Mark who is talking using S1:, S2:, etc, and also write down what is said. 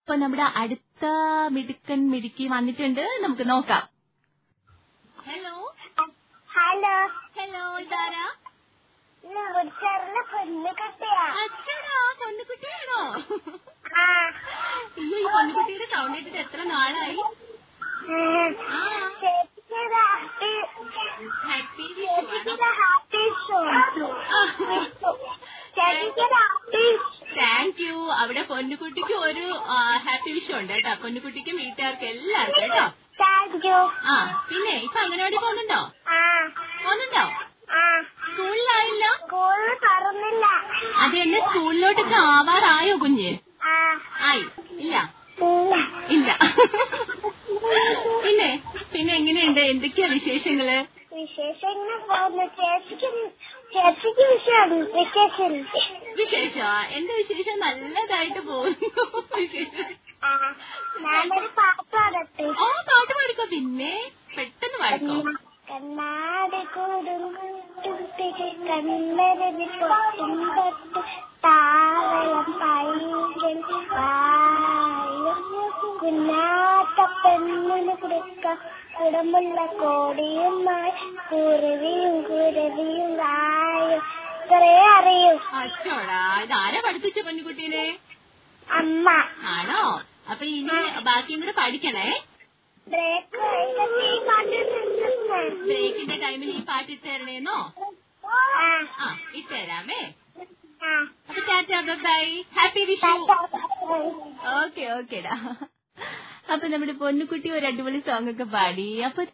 S1: ഇപ്പൊ നമ്മുടെ അടുത്ത മിടുക്കൻ മിടുക്കി വന്നിട്ടുണ്ട് നമുക്ക് നോക്കാം ഹലോ
S2: ഹലോ
S1: ഹലോ ഇതാരാ
S2: നൂറിന്റെ പൊന്നു കട്ടയാ
S1: അച്ഛനാ പൊന്നുകുട്ടിയാണോ
S2: ആ
S1: അയ്യോ, ഈ പൊന്നുകുട്ടിയുടെ സൗണ്ട് കേട്ടിട്ട് എത്ര നാളായി
S2: ചേച്ചിയുടെ ഹാപ്പി
S1: Happy
S2: ചേച്ചിയുടെ ഹാപ്പy ഷോ ചേച്ചിയുടെ ഹാപ്പി
S1: താങ്ക് യു അവിടെ പൊന്നുകുട്ടിക്ക് ഒരു ഹാപ്പി വിഷയം ഉണ്ട് കേട്ടോ പൊന്നുകുട്ടിക്കും വീട്ടുകാർക്ക് എല്ലാവർക്കും കേട്ടോ
S2: താങ്ക് യു
S1: ആ പിന്നെ ഇപ്പൊ അംഗനവാടി പോകുന്നുണ്ടോ
S2: ആ
S1: പോകുന്നുണ്ടോ
S2: ആ
S1: സ്കൂളിലായല്ലോ
S2: സ്കൂളിൽ തുറന്നില്ല
S1: അത് എന്നെ സ്കൂളിലോട്ടൊക്കെ ആവാറായോ കുഞ്ഞ്
S2: ആ
S1: ആയി ഇല്ല
S2: ഇല്ല
S1: ഇല്ല പിന്നെ പിന്നെ എങ്ങനെയുണ്ട് എന്തൊക്കെയാ വിശേഷങ്ങള്
S2: വിശേഷം ഇങ്ങനെ പോകുന്നു ചേച്ചിക്ക് ചേച്ചിക്ക് വിഷയമാണ് വിശേഷം
S1: വിശേഷമാ എന്റെ വിശേഷം നല്ലതായിട്ട് പോകുന്നു വിശേഷം
S2: ആ ഞാനൊരു പാട്ട് പാടട്ടെ
S1: ആ പാട്ട് പാടിക്കോ പിന്നെ പെട്ടെന്ന് പാടിക്കോ
S2: കണ്ണാട് കൊടുങ്കുട്ടിക്ക് കണ്ണരതി പൊട്ടും തൊട്ട് താവളം പൈകൽ കുഞ്ഞാത്ത പെണ്ണിന് കൊടുക്ക കുടമുള്ള കോടിയുമായി കുരുവിയും കുരുവിയും വായും ഇത്രേ അറിയും
S1: അച്ചോടാ ഇതാരാ പഠിപ്പിച്ച പെൺകുട്ടീനെ
S2: അമ്മ
S1: ആണോ അപ്പൊ ഇനി ബാക്കിയും കൂടെ പഠിക്കണേ
S2: ബ്രേക്ക് കഴിഞ്ഞിട്ട് ഈ പാട്ട് നിർത്തുന്നേ.
S1: ബ്രേക്കിന്റെ ടൈമിൽ ഈ പാട്ട് ഇട്ടേരണേന്നോ
S2: ആ
S1: ആ ഇട്ടേരാമേ
S2: ആ
S1: അപ്പൊ ടാറ്റ ബൈ ഹാപ്പി വിഷു
S2: താത്ത.
S1: ഓക്കെ ഓക്കെടാ അപ്പൊ നമ്മുടെ പൊന്നുകുട്ടി ഒരു അടിപൊളി സോങ് ഒക്കെ പാടി അപ്പൊ